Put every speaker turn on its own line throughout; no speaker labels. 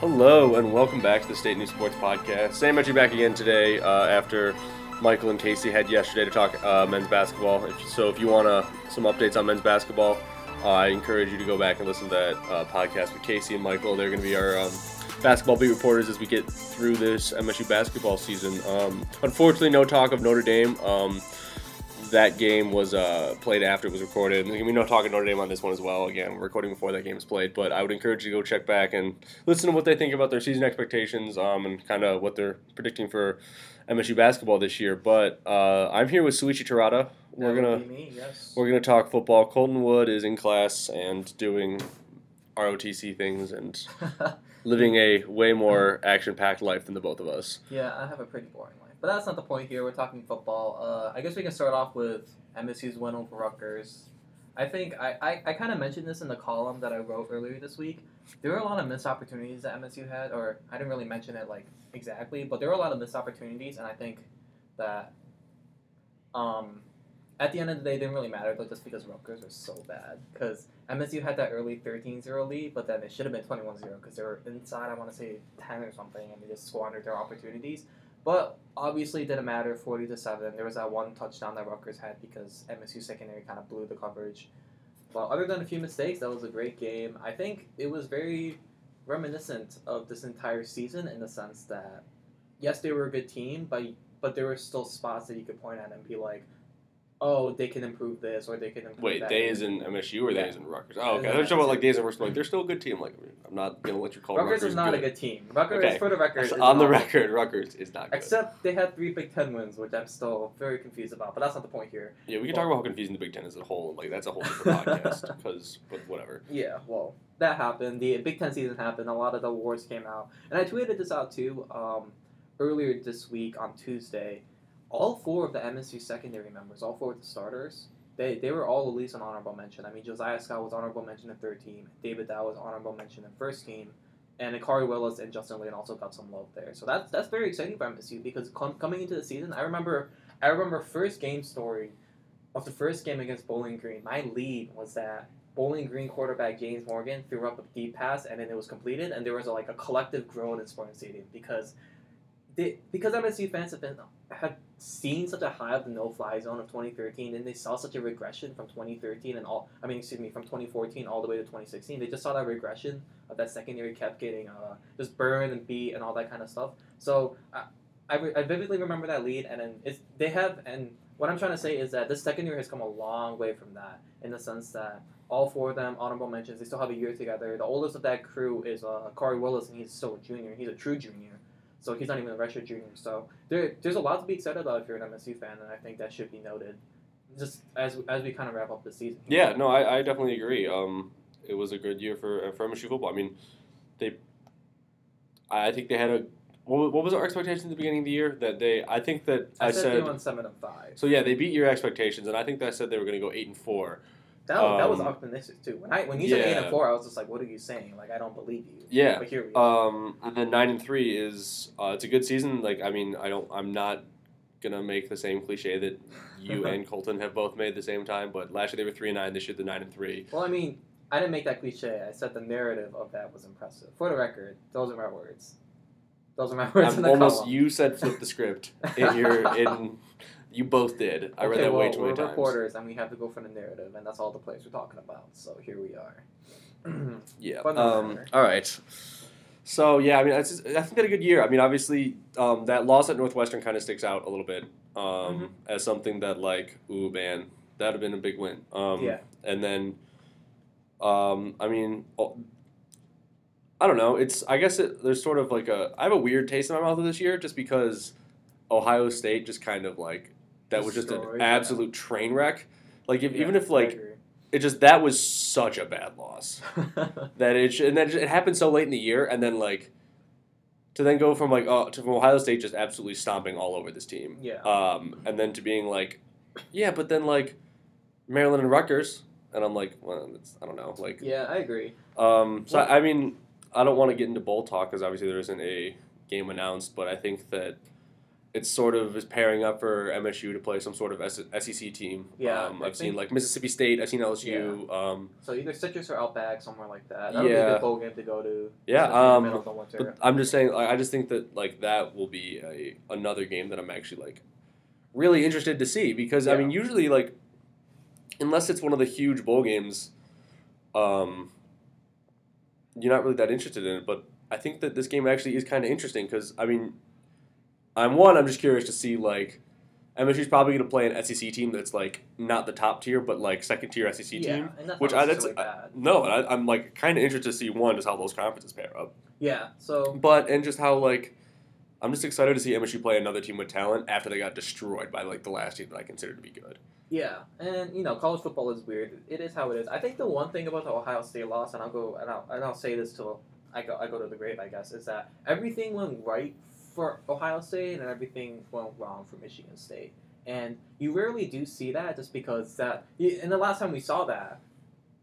Hello and welcome back to the State News Sports Podcast. Sam Etchy back again today uh, after Michael and Casey had yesterday to talk uh, men's basketball. If, so if you want uh, some updates on men's basketball, uh, I encourage you to go back and listen to that uh, podcast with Casey and Michael. They're going to be our um, basketball beat reporters as we get through this MSU basketball season. Um, unfortunately, no talk of Notre Dame. Um, that game was uh, played after it was recorded. There's gonna be no talking Notre Dame on this one as well. Again, we're recording before that game is played, but I would encourage you to go check back and listen to what they think about their season expectations um, and kind of what they're predicting for MSU basketball this year. But uh, I'm here with Suichi Tirada. We're
That would
gonna
be me, yes.
we're gonna talk football. Colton Wood is in class and doing ROTC things and living a way more action-packed life than the both of us.
yeah, I have a pretty boring life, but that's not the point here. We're talking football. Uh, I guess we can start off with MSU's win over Rutgers. I think I, I, I kind of mentioned this in the column that I wrote earlier this week. There were a lot of missed opportunities that MSU had, or I didn't really mention it like exactly, but there were a lot of missed opportunities, and I think that um, at the end of the day, it didn't really matter though, just because Rutgers was so bad. Because MSU had that early 13-0 lead, but then it should have been 21-0 because they were inside, I want to say 10 or something, and they just squandered their opportunities. But obviously, it didn't matter. 40 to seven. There was that one touchdown that Rutgers had because MSU secondary kind of blew the coverage. But other than a few mistakes, that was a great game. I think it was very reminiscent of this entire season in the sense that yes, they were a good team, but but there were still spots that you could point at and be like, oh, they can improve this or they can improve
Wait,
that.
they is in MSU or they
Yeah.
is in Rutgers? Oh, okay.
Yeah.
I was talking about like days in Rutgers. Like they're still a good team. Like I'm not gonna let you call
Rutgers,
Rutgers,
is not
good.
a good team. Rutgers,
Okay.
for the record, is
So on the
not-
record, Rutgers is not good.
Except they had three Big Ten wins, which I'm still very confused about. But that's not the point here.
yeah, we can talk about how confusing the Big Ten is as a whole. Like that's a whole different podcast because but whatever.
Yeah, well, that happened. The Big Ten season happened. A lot of the awards came out, and I tweeted this out too um, earlier this week on Tuesday. All four of the MSU secondary members, all four of the starters, they, they were all at least an honorable mention. I mean, Josiah Scott was honorable mention in third team. David Dow was honorable mention in first team. And Akari Willis and Justin Lane also got some love there. So that's that's very exciting for MSU because com- coming into the season, I remember I remember first game story of the first game against Bowling Green. My lead was that Bowling Green quarterback James Morgan threw up a deep pass and then it was completed and there was like a collective groan in Sporting Stadium because they, because MSU fans have been have seen such a high of the no fly zone of 2013 and they saw such a regression from 2013 and all I mean excuse me from 2014 all the way to 2016 they just saw that regression of that secondary kept getting uh, just burned and beat and all that kind of stuff so I, I, re- I vividly remember that lead and then it's they have and what I'm trying to say is that this secondary has come a long way from that in the sense that all four of them honorable mentions. They still have a year together. The oldest of that crew is uh, Corey Willis, and he's still a junior. He's a true junior, so he's not even a redshirt junior. So there, there's a lot to be excited about if you're an MSU fan, and I think that should be noted. Just as as we kind of wrap up the season.
Yeah, no, I, I definitely agree. Um, it was a good year for uh, for MSU football. I mean, they. I I think they had a. What, wa- what was our expectation at the beginning of the year? That they, I think that
I,
I,
said, they won seven and five.
so. Yeah, they beat your expectations, and I think that I said they were going to go eight and four.
That, was that was
Um,
optimistic too. When I when you said eight
yeah.
and four, I was just like, "What are you saying? Like I don't believe you."
Yeah,
But here we are.
Um, and then nine and three is uh, it's a good season. Like I mean, I don't, I'm not gonna make the same cliche that you and Colton have both made the same time. But last year they were three and nine. This year they're nine and three.
Well, I mean, I didn't make that cliche. I said the narrative of that was impressive. For the record, those are my words. Those are my words
I'm
in the
almost.
column.
You said flip the script. in your in, you both did. I read
okay,
that
well,
way too many
we're
times.
reporters, and we have to go for the narrative, and that's all the plays we're talking about. So here we are.
Yeah.
But no
Um,
matter.
all right. So yeah, I mean, it's just, I think they had a good year. I mean, obviously, um, that loss at Northwestern kind of sticks out a little bit um,
Mhm.
as something that like, ooh man, that'd have been a big win. Um,
Yeah.
And then, um, I mean, oh, I don't know. It's I guess it, there's sort of like a I have a weird taste in my mouth this year just because Ohio State just kind of like that was just
Destroyed
an
them.
absolute train wreck. Like if,
Yeah,
even if
I
like
agree.
it just that was such a bad loss that it should, and that it happened so late in the year, and then like to then go from like uh, to from Ohio State just absolutely stomping all over this team,
yeah.
um, and then to being like, yeah, but then like Maryland and Rutgers, and I'm like, well, it's, I don't know, like,
Yeah, I agree.
um, so
Well-
I, I mean, I don't want to get into bowl talk because obviously there isn't a game announced, but I think that it's sort of is pairing up for MSU to play some sort of S- SEC team.
Yeah,
um,
I
I've seen
think-
like Mississippi State. I've seen LSU. Um,
So either Citrus or Outback, somewhere like that. That'll be a
Yeah.
good bowl game to go to.
Yeah,
especially in the
um,
middle of the winter.
But I'm just saying, I I just think that like that will be a, another game that I'm actually like really interested to see because I mean usually like unless it's one of the huge bowl games, um, you're not really that interested in it. But I think that this game actually is kind of interesting because I mean, I'm one. I'm just curious to see like. MSU's probably going to play an SEC team that's like not the top tier, but like second tier SEC
yeah,
team.
and that's
which
not
I- that's-
necessarily bad.
No, and I, I'm like kind of interested to see one just how those conferences pair up.
Yeah, so
But and just how like I'm just excited to see MSU play another team with talent after they got destroyed by like the last team that I consider to be good.
yeah, and you know, college football is weird. It is how it is. I think the one thing about the Ohio State loss, and I'll go and I'll, and I'll say this till I go I go to the grave, I guess, is that everything went right for Ohio State and everything went wrong for Michigan State. And you rarely do see that, just because that. And the last time we saw that,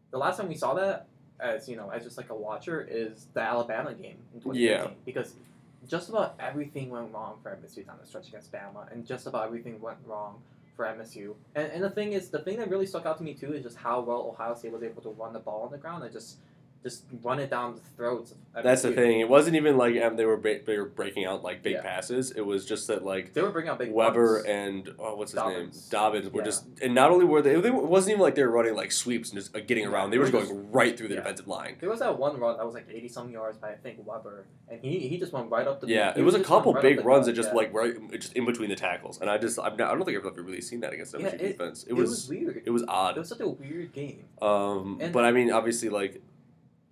the last time we saw that, as you know, as just like a watcher, is the Alabama game in 2015
Yeah.
because just about everything went wrong for MSU down the stretch against Bama, and just about everything went wrong for MSU. And, and the thing is, the thing that really stuck out to me too is just how well Ohio State was able to run the ball on the ground and just just run it down the throats. Of
That's the
MSU.
thing. It wasn't even like um, they were ba- they were breaking out like big
Yeah.
passes. It was just that like
They were bringing out big
Weber
punts.
and oh, what's his
Dobbins.
name Dobbins were
Yeah.
just and not only were they, they were- it wasn't even like they were running like sweeps and just uh, getting around. They were
They
just
were
going right through the
yeah.
defensive line.
There was that one run that was like eighty some yards by I think Weber, and he he just went right up the.
Yeah,
he
it was a
just went
couple
right up
big
the
runs
gut,
that just
yeah.
like right just in between the tackles, and I just I'm not, I don't think I've ever really seen that against
Yeah,
MSU
it-
defense. It
it
was
weird.
it was odd.
It was such a weird game.
Um,
And-
but I mean, obviously, like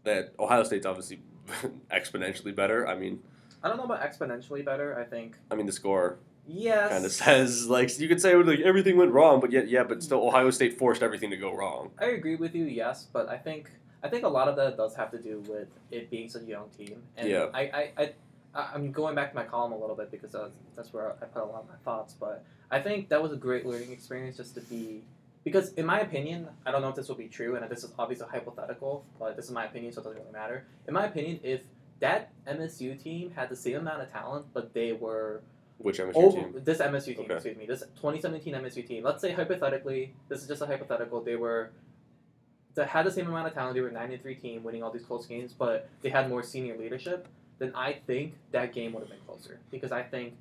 that Ohio State's obviously exponentially better. I mean,
I don't know about exponentially better. I think
I mean the score
yes.
kind of says like you could say oh, like everything went wrong, but yet yeah, but still
Mm-hmm.
Ohio State forced everything to go wrong.
I agree with you, yes, but I think I think a lot of that does have to do with it being such a young team. And
Yeah.
I, I, I I- I'm going back to my column a little bit because that's, that's where I put a lot of my thoughts. But I think that was a great learning experience just to be because in my opinion, I don't know if this will be true, and this is obviously hypothetical, but this is my opinion, so it doesn't really matter. In my opinion, if that MSU team had the same amount of talent, but they were
Which MSU
over
team?
this MSU team,
Okay.
excuse me, this 2017 MSU team. Let's say hypothetically, this is just a hypothetical. They were they had the same amount of talent. They were nine and three team, winning all these close games, but they had more senior leadership. Then I think that game would have been closer because I think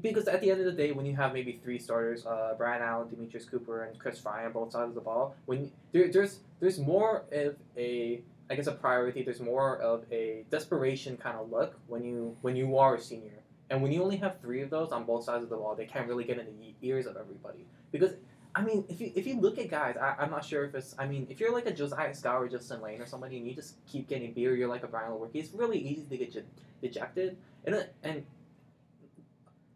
because at the end of the day, when you have maybe three starters, uh, Brian Allen, Demetrius Cooper, and Chris Fry on both sides of the ball, when there, there's there's more of a I guess a priority. There's more of a desperation kind of look when you when you are a senior. And when you only have three of those on both sides of the wall, they can't really get in the ye- ears of everybody. Because, I mean, if you, if you look at guys, I, I'm not sure if it's, I mean, if you're like a Josiah Scott or Justin Lane or somebody and you just keep getting beer, you're like a Brian Lewerke, it's really easy to get je- dejected. And, it- and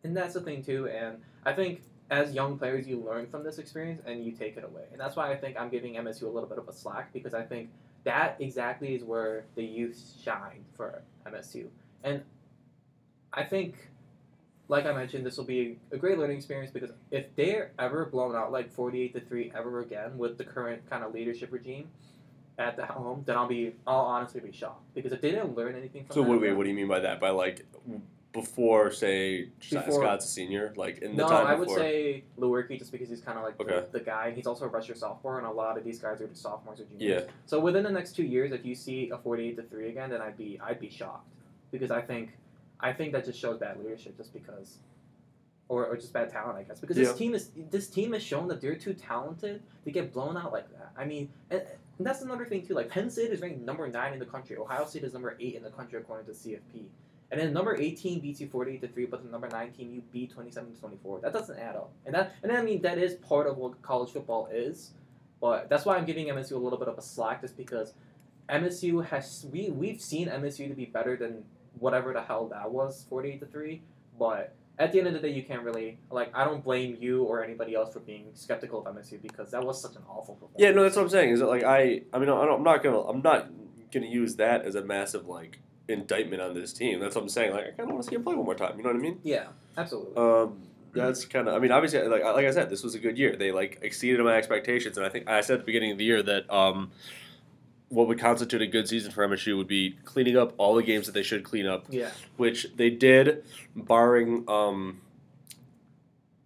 and that's the thing, too. And I think as young players, you learn from this experience and you take it away. And that's why I think I'm giving MSU a little bit of a slack because I think that exactly is where the youth shine for MSU. And I think like I mentioned, this will be a great learning experience because if they're ever blown out like forty-eight to three ever again with the current kind of leadership regime at the helm, then I'll be I'll honestly be shocked because if they didn't learn anything from
So
that,
wait, wait, what do you mean by that? By like before, say Josiah
Before-
Scott's a senior, like in the
no,
time
I would
before.
say Lewerke just because he's kind of like
Okay.
the, the guy, and he's also a redshirt sophomore, and a lot of these guys are just sophomores or
yeah,
juniors. So within the next two years, if you see a forty-eight to three again, then I'd be I'd be shocked because I think I think that just shows bad leadership, just because, or, or just bad talent, I guess. Because
Yeah.
this team is this team has shown that they're too talented to get blown out like that. I mean, and, and that's another thing too. Like Penn State is ranked number nine in the country. Ohio State is number eight in the country according to CFP. And then number eighteen beats you forty to three, but the number nine team you beat twenty seven to twenty four. That doesn't add up. And that and I mean that is part of what college football is. But that's why I'm giving MSU a little bit of a slack, just because MSU has we we've seen MSU to be better than whatever the hell that was, forty eight to three. But at the end of the day, you can't really like I don't blame you or anybody else for being skeptical of MSU because that was such an awful performance.
yeah. No, that's what I'm saying. Is that like I? I mean, I don't, I'm not gonna. I'm not gonna use that as a massive like indictment on this team. That's what I'm saying. Like I kind of want to see him play one more time. You know what I mean?
yeah, absolutely.
Um, that's kind of. I mean, obviously, like like I said, this was a good year. They like exceeded my expectations, and I think I said at the beginning of the year that um, what would constitute a good season for MSU would be cleaning up all the games that they should clean up,
yeah,
which they did, barring um,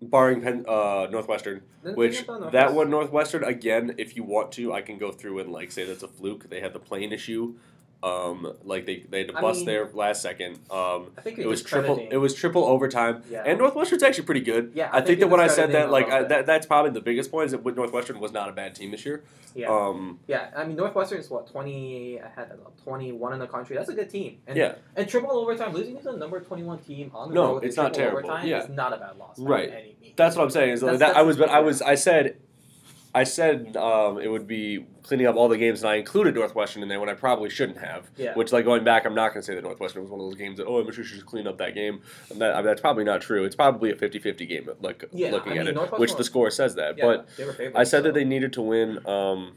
barring Penn, uh, Northwestern,
Then think
which
about
that
Northwest-
one Northwestern again. If you want to, I can go through and like say that's a fluke. They had the plane issue. Um, like they they had to
I
bust
mean-
there last second. Um,
I think
it
you're
was triple.
discrediting-
It was triple overtime.
yeah.
And Northwestern's actually pretty good.
yeah,
I think that
you're
when I said
discrediting
that,
a
like
lot
I,
of
that that's probably the biggest point is that Northwestern was not a bad team this year.
it. yeah,
Um,
yeah. I mean, Northwestern is what twenty ahead of twenty-one in the country. That's a good team. And,
Yeah.
And triple overtime, losing to the number twenty-one team on the
No,
road. with
it's not
triple
terrible.
Overtime
Yeah.
is not a bad loss. by
Right.
Any means.
that's what I'm saying. Is like
That's-
that I was,
that's-
but I was, I said, I said um, it would be cleaning up all the games, and I included Northwestern in there when I probably shouldn't have.
Yeah.
Which, like going back, I'm not going to say that Northwestern was one of those games that oh, I'm sure she should clean up that game. And that, I mean, that's probably not true. It's probably a 50-50 game. Like
Yeah,
looking
I mean,
at it,
Northwestern
which the
was-
score says that,
Yeah,
but.
they were favorites,
I said
so.
that they needed to win. Um,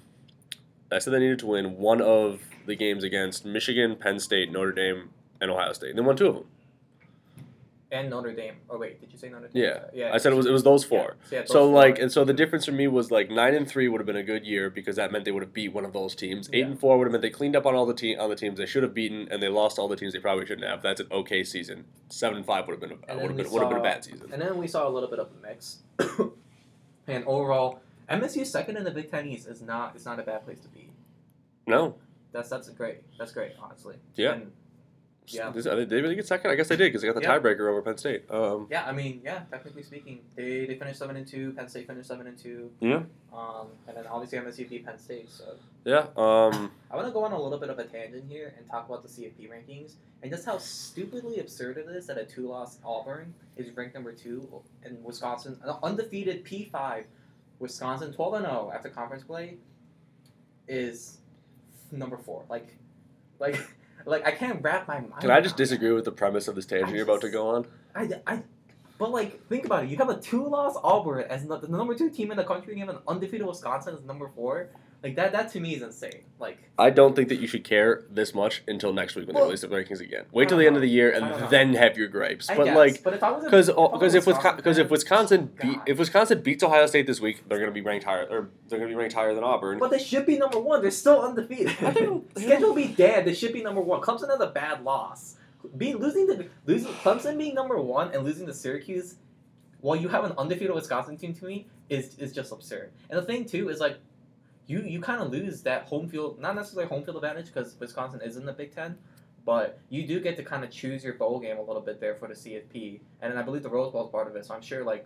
I said they needed to win one of the games against Michigan, Penn State, Notre Dame, and Ohio State. And they won two of them.
and Notre Dame. Oh wait, did you say Notre Dame? Uh,
Yeah.
yeah.
I said it was it was those four.
Yeah. So, yeah,
So
those
like,
four.
and so the difference for me was like nine and three would have been a good year because that meant they would have beat one of those teams. Eight
Yeah.
and four would have meant they cleaned up on all the team on the teams they should have beaten, and they lost all the teams they probably shouldn't have. That's an okay season. Seven and five would have been a,
And
would
then
have
we
been would have been a
saw-
bad season.
and then we saw a little bit of a mix. and overall, MSU second in the Big Ten East is not is not a bad place to be.
No,
That's that's great. That's great, honestly.
Yeah.
And, Yeah.
This- Did they really get second? I guess they did because they got the
Yeah.
tiebreaker over Penn State. Um,
yeah, I mean, yeah. Technically speaking, they, they finished seven and two. Penn State finished seven and two.
Yeah.
Um, and then obviously MSU beat Penn State. So
yeah. Um,
I want to go on a little bit of a tangent here and talk about the CFP rankings and just how stupidly absurd it is that a two-loss Auburn is ranked number two and Wisconsin, an undefeated P5, Wisconsin 12 and 0 after conference play, is number four. Like, like, like I can't wrap my mind.
Can I just
around that.
disagree with the premise of this tangent
I
you're about to
just-
go on?
I, I, but like, think about it. You have a two-loss Auburn as no, the number two team in the country, and you have an undefeated Wisconsin as number four. Like that, that to me is insane. Like.
I don't think that you should care this much until next week when
Well,
they release the rankings again. Wait till
I
the
don't
end of the year
I don't know.
and then have your gripes.
I
But
guess,
like,
but if I was a-
because
I'm a
because if
Wisconsin
because if Wisconsin beat
fan, God.
if Wisconsin beats Ohio State this week, they're going to be ranked higher or they're going to be ranked higher than Auburn.
But they should be number one. They're still undefeated.
I don't-
Schedule be dead. They should be number one. Clemson has a bad loss. Being losing to losing Clemson being number one and losing to Syracuse, while you have an undefeated Wisconsin team to me is is just absurd. And the thing too is like, you you kind of lose that home field, not necessarily home field advantage because Wisconsin is in the Big Ten. But you do get to kind of choose your bowl game a little bit there for the CFP, and then I believe the Rose Bowl is part of it. So I'm sure, like,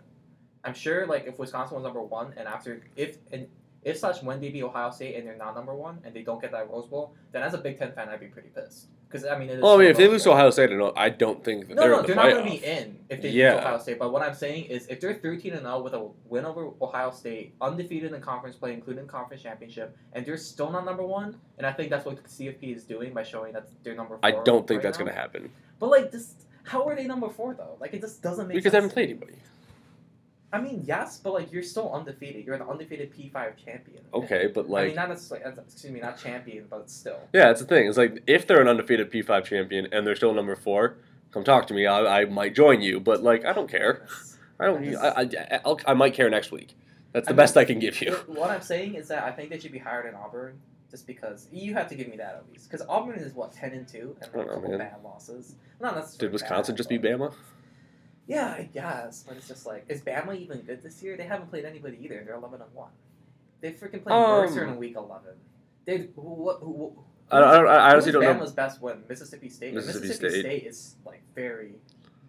I'm sure, like, if Wisconsin was number one, and after if and if slash when they beat Ohio State and they're not number one and they don't get that Rose Bowl, then as a Big Ten fan, I'd be pretty pissed. Because I mean, it is
Oh, I mean, if they
Rose
lose to
Bowl.
Ohio State, I don't, I don't think that
no,
they're
no,
in the
they're not
playoff.
going to be in if they
Yeah.
lose to Ohio State. But what I'm saying is, if they're 13 and 0 with a win over Ohio State, undefeated in conference play, including conference championship, and they're still not number one, and I think that's what the CFP is doing by showing that they're number.
I
four
don't think
right
that's
now.
going to happen
But like this, how are they number four though? Like it just doesn't make
because they
sense.
haven't played anybody.
I mean, yes, but like you're still undefeated. You're an undefeated P5 champion.
Okay, but
I
like
mean, not necessarily. uh, Excuse me, not champion, but still.
Yeah, that's the thing. It's like if they're an undefeated P5 champion and they're still number four, come talk to me. I, I might join you, but like I don't care. I don't. I, I, I'll, I might care next week. That's the
I
best I can give you.
What- What I'm saying is that I think they should be higher than Auburn, just because you have to give me that at least. Because Auburn is what ten and two, and
I don't
like,
know,
a couple
man.
bad losses. Not necessarily.
Did Wisconsin
bad,
just beat
but-
Bama?
Yeah, I guess, but it's just like, is Bama even good this year? They haven't played anybody either. They're eleven and one. They freaking played Mercer
Um,
in week eleven. They who, what who, who,
I, don't- I, don't- I honestly
who
don't
was
know.
Bama's best win? Mississippi State. And
Mississippi
Mississippi
State.
is like very,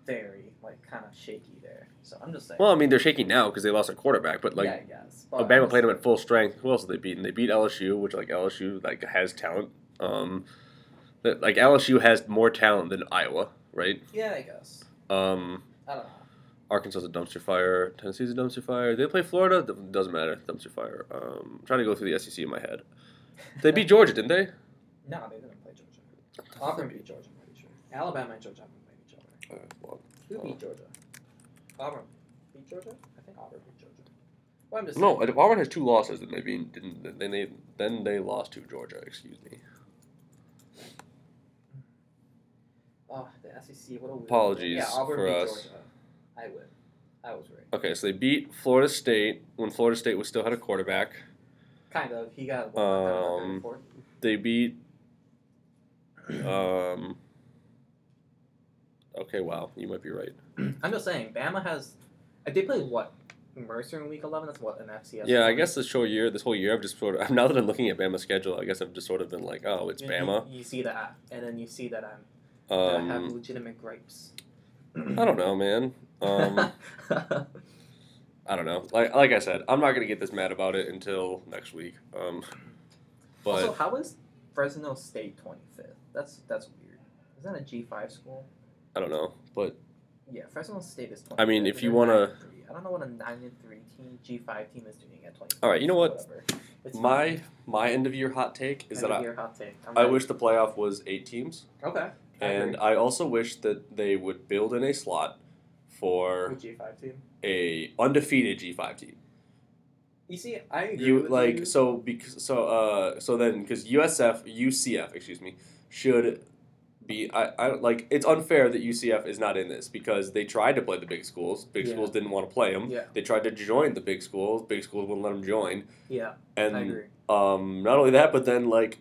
very like kind of shaky there. So I'm just saying.
Well, I mean, they're shaking now because they lost their quarterback, but
yeah, I
like
guess. But I'm
Alabama
just-
played them at full strength. Who else did they beat? And they beat LSU, which like LSU like has talent. Um, that- like LSU has more talent than Iowa, right?
Yeah, I guess.
Um,
I don't know.
Arkansas's a dumpster fire. Tennessee's a dumpster fire. They play Florida. D- Doesn't matter. Dumpster fire. Um, I'm trying to go through the SEC in my head. They beat Georgia, didn't they?
No, they didn't play Georgia. Auburn beat Georgia, I'm pretty sure. Alabama and Georgia haven't played each other.
Uh, well,
Who
Oh.
beat Georgia? Auburn beat Georgia? I think Auburn beat Georgia. Well, I'm just
no,
saying.
and Auburn has two losses, and they beat. Didn't, then they then they lost to Georgia. Excuse me.
Oh, the SEC. What a weird
Apologies
Yeah, Auburn
for
beat
us.
Georgia. I win. I was right.
Okay, so they beat Florida State when Florida State was still had a quarterback.
Kind of. He got what, knocked out in the third
Um,
quarter?
They beat. Um. Okay, wow, you might be right.
I'm just saying, Bama has Like they played what Mercer in Week Eleven. That's what an FCS.
Yeah, I
opponent.
guess this whole year, this whole year, I've just sort of now that I'm looking at Bama's schedule, I guess I've just sort of been like, oh, it's
You-
Bama.
You, you see that, and then you see that I'm that I have
Um,
legitimate gripes.
I don't know, man. Um, I don't know. Like like I said, I'm not gonna get this mad about it until next week. Um,
also,
but
how is Fresno State twenty fifth? That's that's weird. Is that a G five school?
I don't know. But
Yeah, Fresno State is twenty.
I mean, if you wanna-
I don't know what a nine and three team G five team is doing at twenty.
All right, you know what?
Whatever. It's
my my end of year hot take
fine.
is
End
that
of
I,
year hot take. I'm
I
ready.
wish the playoff was eight teams,
Okay. I
and
agree.
I also wish that they would build in a slot for
With G five team.
a undefeated G5 team.
You see, I agree
you
with
like
you.
so because so uh so then because USF UCF excuse me should be I, I don't- like it's unfair that UCF is not in this because they tried to play the big schools big
Yeah.
schools didn't want to play them
Yeah.
they tried to join the big schools big schools wouldn't let them join
Yeah, I
and
agree.
um not only that but then like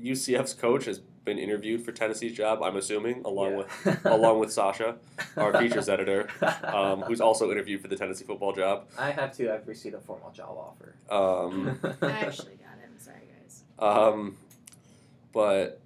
UCF's coach has been interviewed for Tennessee's job I'm assuming along with
with
along with Sasha our features editor um, who's also interviewed for the Tennessee football job
I have to. I've received a formal job offer.
um.
I actually got it. I'm sorry, guys.
Um, but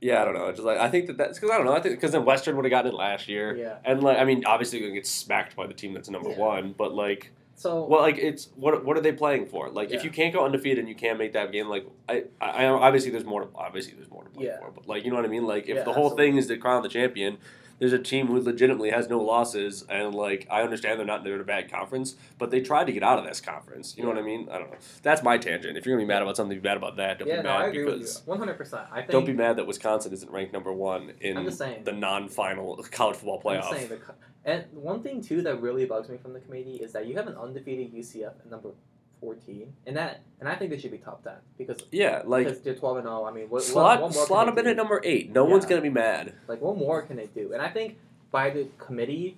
yeah, I don't know. Just like I think that that's because I don't know. I think because then Western would have gotten it last year,
yeah.
and like I mean, obviously going to get smacked by the team that's number
Yeah.
one. But like,
So
well, like it's what what are they playing for? Like, if
Yeah.
you can't go undefeated and you can't make that game, like I, I I- obviously there's more to, obviously there's more to play
Yeah.
for. But like you know what I mean? Like if
Yeah,
the whole thing is to crown the champion. There's a team who legitimately has no losses, and like I understand they're not they're in a bad conference, but they tried to get out of this conference. You know what I mean? I don't know. That's my tangent. If you're gonna be mad about something, be mad about that. Don't
yeah,
be
no,
mad
I agree
because
with you. One hundred percent. I think.
don't be mad that Wisconsin isn't ranked number one
I'm
in
just saying.
the non-final college football
I'm
playoff.
just saying. The, co- and one thing too that really bugs me from the committee is that you have an undefeated UCF at number fourteen, and that and I think they should be top ten because
yeah, like
because they're twelve and zero. I mean, what, what-
slot
what more
slot
can
them
they
in at
do?
number eight. No one's
Yeah.
gonna be mad.
Like, what more can they do? And I think by the committee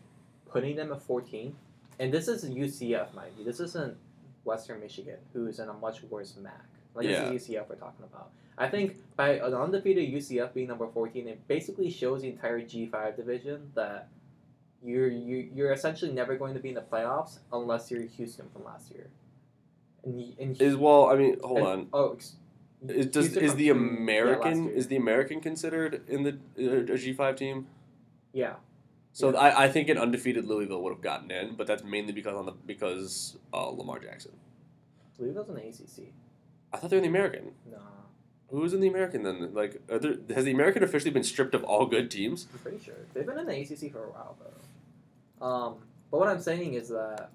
putting them at 14, and this is UCF, mind you, this isn't Western Michigan, who's in a much worse MAC. Like,
Yeah.
this is UCF we're talking about. I think by an undefeated UCF being number 14, it basically shows the entire G5 division that you're, you, you're essentially never going to be in the playoffs unless you're Houston from last year. And, y- and
Is well, I mean, hold
and-
on.
Oh, ex-
Is, does,
Houston
is
from
the
two- yeah, last
American
year.
is the American considered in the uh, a G five team?
yeah.
So
Yeah.
I, I think an undefeated Louisville would have gotten in, but that's mainly because on the because uh, Lamar Jackson.
Louisville's in the ACC.
I thought they were in the American.
Nah,
Who's in the American then? Like, are there, has the American officially been stripped of all good teams?
I'm pretty sure they've been in the ACC for a while though. Um, but what I'm saying is that,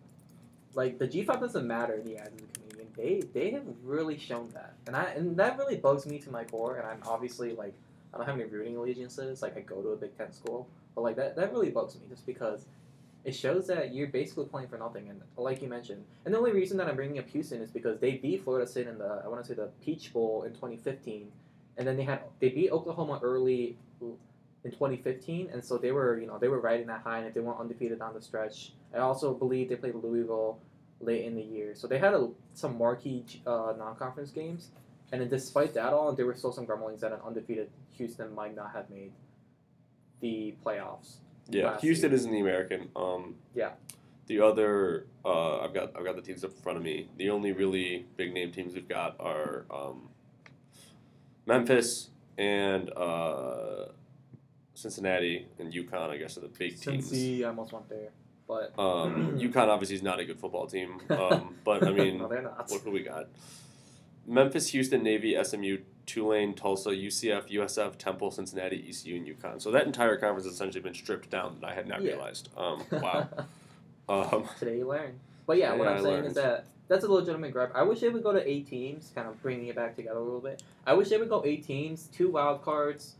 like, the G5 doesn't matter in the eyes of the comedian. They they have really shown that, and I and that really bugs me to my core. And I'm obviously like, I don't have any rooting allegiances. Like, I go to a Big Ten school, but like that that really bugs me just because. It shows that you're basically playing for nothing, and like you mentioned, and the only reason that I'm bringing up Houston is because they beat Florida State in the I want to say the Peach Bowl in 2015, and then they had they beat Oklahoma early in 2015, and so they were, you know, they were riding that high, and if they weren't undefeated down the stretch, I also believe they played Louisville late in the year, so they had a, some marquee uh, non-conference games, and then despite that all, there were still some grumblings that an undefeated Houston might not have made the playoffs.
Yeah,
Last
Houston
year.
is in the American. Um,
Yeah.
The other, uh, I've got I've got the teams up in front of me. The only really big name teams we've got are um, Memphis and uh, Cincinnati and UConn. I guess are the big
Since
teams.
I almost went there, but
Um, UConn obviously is not a good football team, um, but I mean,
no, they're not.
what do we got? Memphis, Houston, Navy, SMU, Tulane, Tulsa, UCF, USF, Temple, Cincinnati, ECU, and UConn. So that entire conference has essentially been stripped down that I had not
Yeah.
realized. Um, wow. um,
Today you learn. But yeah, what
Yeah,
I'm
I
saying
learned.
is that that's a legitimate gripe. I wish they would go to eight teams, kind of bringing it back together a little bit. I wish they would go eight teams, two wild cards,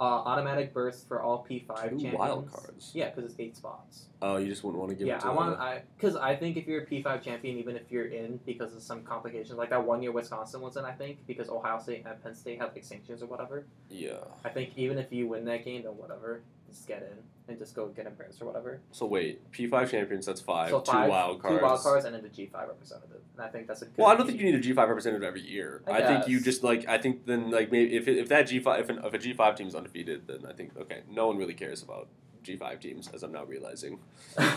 uh, automatic berths for all P five
Two
champions.
wild cards?
Yeah, because it's eight spots.
oh, you just wouldn't want to give
yeah,
it to
I want
the-
I because I think if you're a P five champion, even if you're in because of some complications, like that one year Wisconsin was in, I think because Ohio State and Penn State had like sanctions or whatever.
Yeah.
I think even if you win that game, then whatever, just get in and just go get embarrassed or whatever.
So wait, P5 champions, that's five.
So five,
two wild cards.
two wild cards, and then the G five representative. And I think that's a good.
Well, I don't think you need a G five representative every year.
I
I, think you
guess.
just like I think then like maybe if, if that G five if, an, if a G five team is undefeated, then I think okay, no one really cares about G5 teams, as I'm now realizing.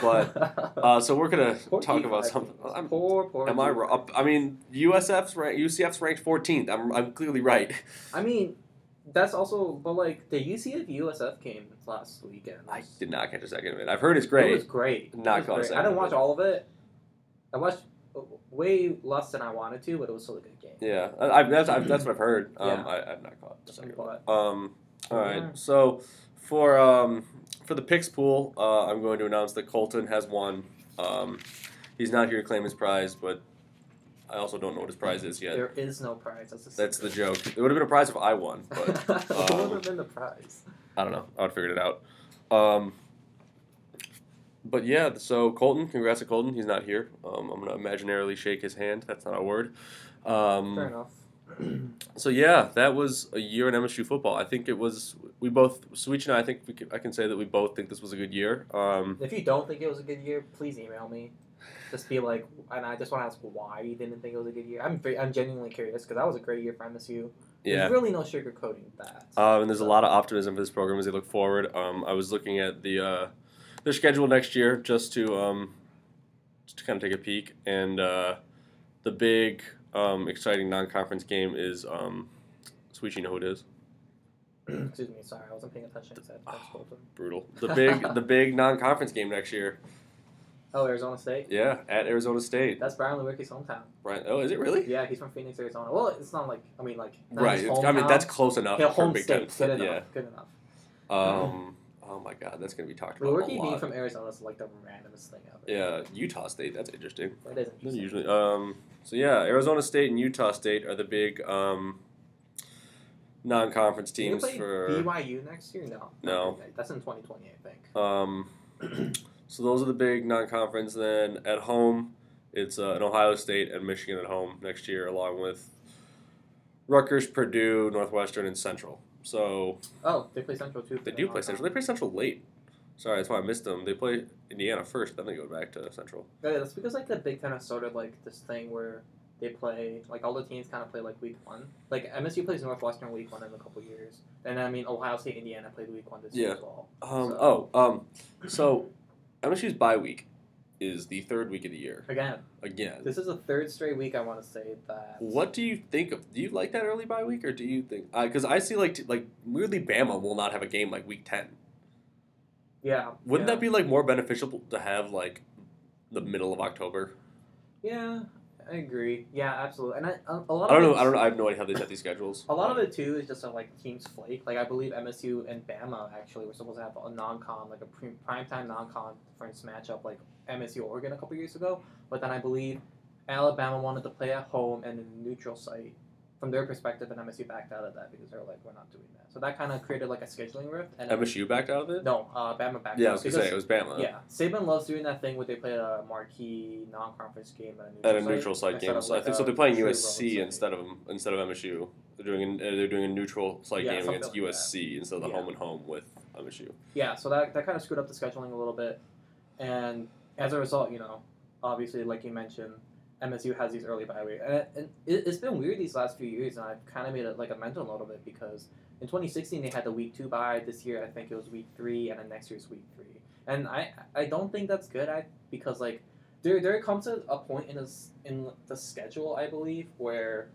But, Uh, so we're gonna
Poor
talk
G5
about
teams.
something. I'm,
poor, poor.
am I
G5.
wrong? I mean, USF's rank, UCF's ranked 14th. I'm, I'm clearly right.
I mean, that's also. But like the UCF USF game last weekend.
I did not catch a second of it. I've heard it's
It
great.
was great. It
Not
was
close
great.
to
I didn't
it,
watch
but-
all of it. I watched uh, way less than I wanted to, but it was still a good game.
yeah, I, I, that's, I, that's what I've heard. Um,
Yeah.
I, I've not caught a second.
But
Um, all right.
Yeah.
So for um, for the picks pool, uh, I'm going to announce that Colton has won. Um, he's not here to claim his prize, but I also don't know what his prize is yet.
there is no prize. That's, a
That's the
secret.
joke. It would have been a prize if I won, but
what
um,
would have been the prize?
I don't know. I would have figured it out. Um, but yeah, so Colton, congrats to Colton. He's not here. Um, I'm gonna imaginarily shake his hand. That's not a word. Um,
Fair enough.
So yeah, that was a year in MSU football. I think it was we both Switch and I, I think we can, I can say that we both think this was a good year. Um,
If you don't think it was a good year, please email me. Just be like, and I just want to ask why you didn't think it was a good year. I'm very, I'm genuinely curious because that was a great year for MSU.
yeah.
There's really no sugarcoating that.
Um, and there's a lot of optimism for this program as they look forward. Um, I was looking at the uh, their schedule next year just to um, just to kind of take a peek. And uh, the big um, exciting non-conference game is um, Switch. You know who it is?
Excuse me, sorry, I wasn't paying attention. Except that's Colton.
Brutal. The big the big non-conference game next year.
Oh, Arizona State.
Yeah, at Arizona State.
That's Brian Lewicki's hometown.
Right. Oh, is it really?
Yeah, he's from Phoenix, Arizona. Well, it's not like I mean, like not
Right.
His
It's- I mean,
hometown.
that's close enough.
yeah,
for
home
Big
state.
Ten.
Good enough.
Yeah.
Good enough.
Um, oh my God, that's gonna be talked about
Lewicki
a
being
lot.
from Arizona is like the randomest thing ever.
yeah, Utah State. That's interesting.
It is
Doesn't
interesting.
usually. Um, so yeah, Arizona State and Utah State are the big um, non-conference
Do you
teams
play
for.
BYU next year? No.
No.
That's in 2020, I think.
Um, so those are the big non-conference. Then at home, it's uh, an Ohio State and Michigan at home next year, along with Rutgers, Purdue, Northwestern, and Central. So
Oh, they play Central too. for
they
the
do play
non-con.
Central. They play Central late. Sorry, that's why I missed them. They play Indiana first, then they go back to Central.
Yeah, that's because like the Big Ten has started like this thing where they play like all the teams kind of play like week one. Like MSU plays Northwestern week one in a couple years, and I mean Ohio State, Indiana played week one this year
Yeah.
as well.
Um,
So-
Oh, um, so MSU's bye week is the third week of the year
Again,
again.
this is the third straight week I want to say that.
What do you think of? Do you like that early bye week, or do you think? Because I see like t- like weirdly, Bama will not have a game like week ten.
Yeah.
Wouldn't
yeah.
that be like more beneficial to have like the middle of October?
Yeah, I agree. Yeah, absolutely. And I, a, a lot
I don't know.
of it's-
I don't know. I have no idea how they set these schedules.
A lot of it too is just that, like teams flake. Like I believe MSU and Bama actually were supposed to have a non-con, like a pre- primetime non-con conference matchup, like MSU Oregon a couple years ago. But then I believe Alabama wanted to play at home and in a neutral site. From their perspective, and MSU backed out of that because they were like, "We're not doing that." So that kind of created like a scheduling rift. And
MSU backed out of it.
no, uh, Bama backed
yeah, I
out
was gonna
because-
say it was uh, Bama.
yeah, Saban loves doing that thing where they play a marquee non-conference game
at
at
a
a neutral site
neutral site game.
instead of,
So I
like,
think
a
so. They're playing
true
USC
road
instead of instead of MSU. They're doing an, uh, they're doing a neutral site
Yeah,
game
something
against
like
USC instead of the
Yeah.
home and home with MSU.
yeah, so that, that kind of screwed up the scheduling a little bit. And as a result, you know, obviously, like you mentioned, MSU has these early bye weeks. And, it, and it, it's been weird these last few years, and I've kind of made it like a mental note of it because in 2016, they had the week two bye. This year, I think it was week three, and then next year's week three. And I, I don't think that's good I, because, like, there, there comes a, a point in, this, in the schedule, I believe, where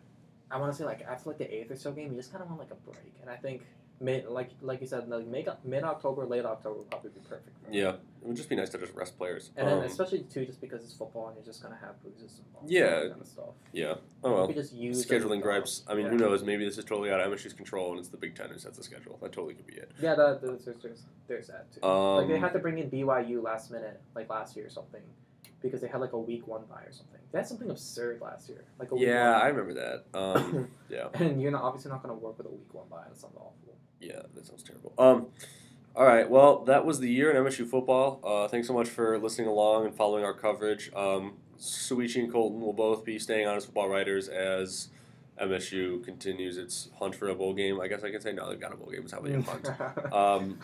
I want to say, like, after like the eighth or so game, you just kind of want like a break. And I think mid like like you said, like mid mid October, late October would probably be perfect. For it.
Yeah, it would just be nice to just rest players.
And then
Um,
especially too, just because it's football and you're just gonna have bruises and bumps
Yeah.
and that kind of stuff.
yeah. Oh
You
well.
could just use them,
Scheduling
uh,
gripes. I mean,
yeah.
who knows? Maybe this is totally out of MSU's control, and it's the Big Ten who sets the schedule. That totally could be it.
Yeah, that, there's, there's, there's, there's that too.
Um,
like they had to bring in BYU last minute, like last year or something, because they had like a week one bye or something. They had something absurd last year, like a week
yeah, I
one
remember that. Um, yeah.
And you're not obviously not gonna work with a week one bye. That sounds awful.
Yeah, that sounds terrible. Um, all right. Well, that was the year in MSU football. Uh, thanks so much for listening along and following our coverage. Um, Suichi and Colton will both be staying on as football writers as MSU continues its hunt for a bowl game. I guess I can say no, they've got a bowl game. It's how they hunt. Um,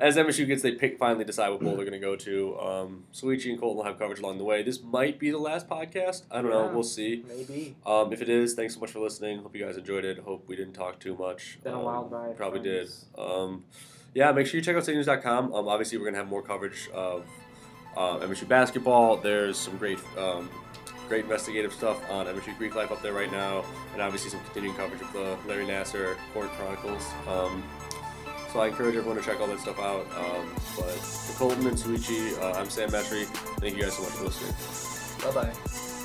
as MSU gets, they pick finally decide what bowl they're going to go to. Um, Suichi and Colton will have coverage along the way. This might be the last podcast. I don't know.
Yeah.
We'll see.
Maybe.
Um, if it is, thanks so much for listening. Hope you guys enjoyed it. Hope we didn't talk too much.
Been a
Um,
wild ride.
Probably did.
friends.
Um, yeah, make sure you check out statenews.com. Um, obviously, we're going to have more coverage of uh, MSU basketball. There's some great um, great investigative stuff on MSU Greek life up there right now, and obviously some continuing coverage of the Larry Nasser Court Chronicles. Um, so I encourage everyone to check all that stuff out. Um, but for Colton and Suichi, uh, I'm Sam Metry. Thank you guys so much for listening.
Bye bye.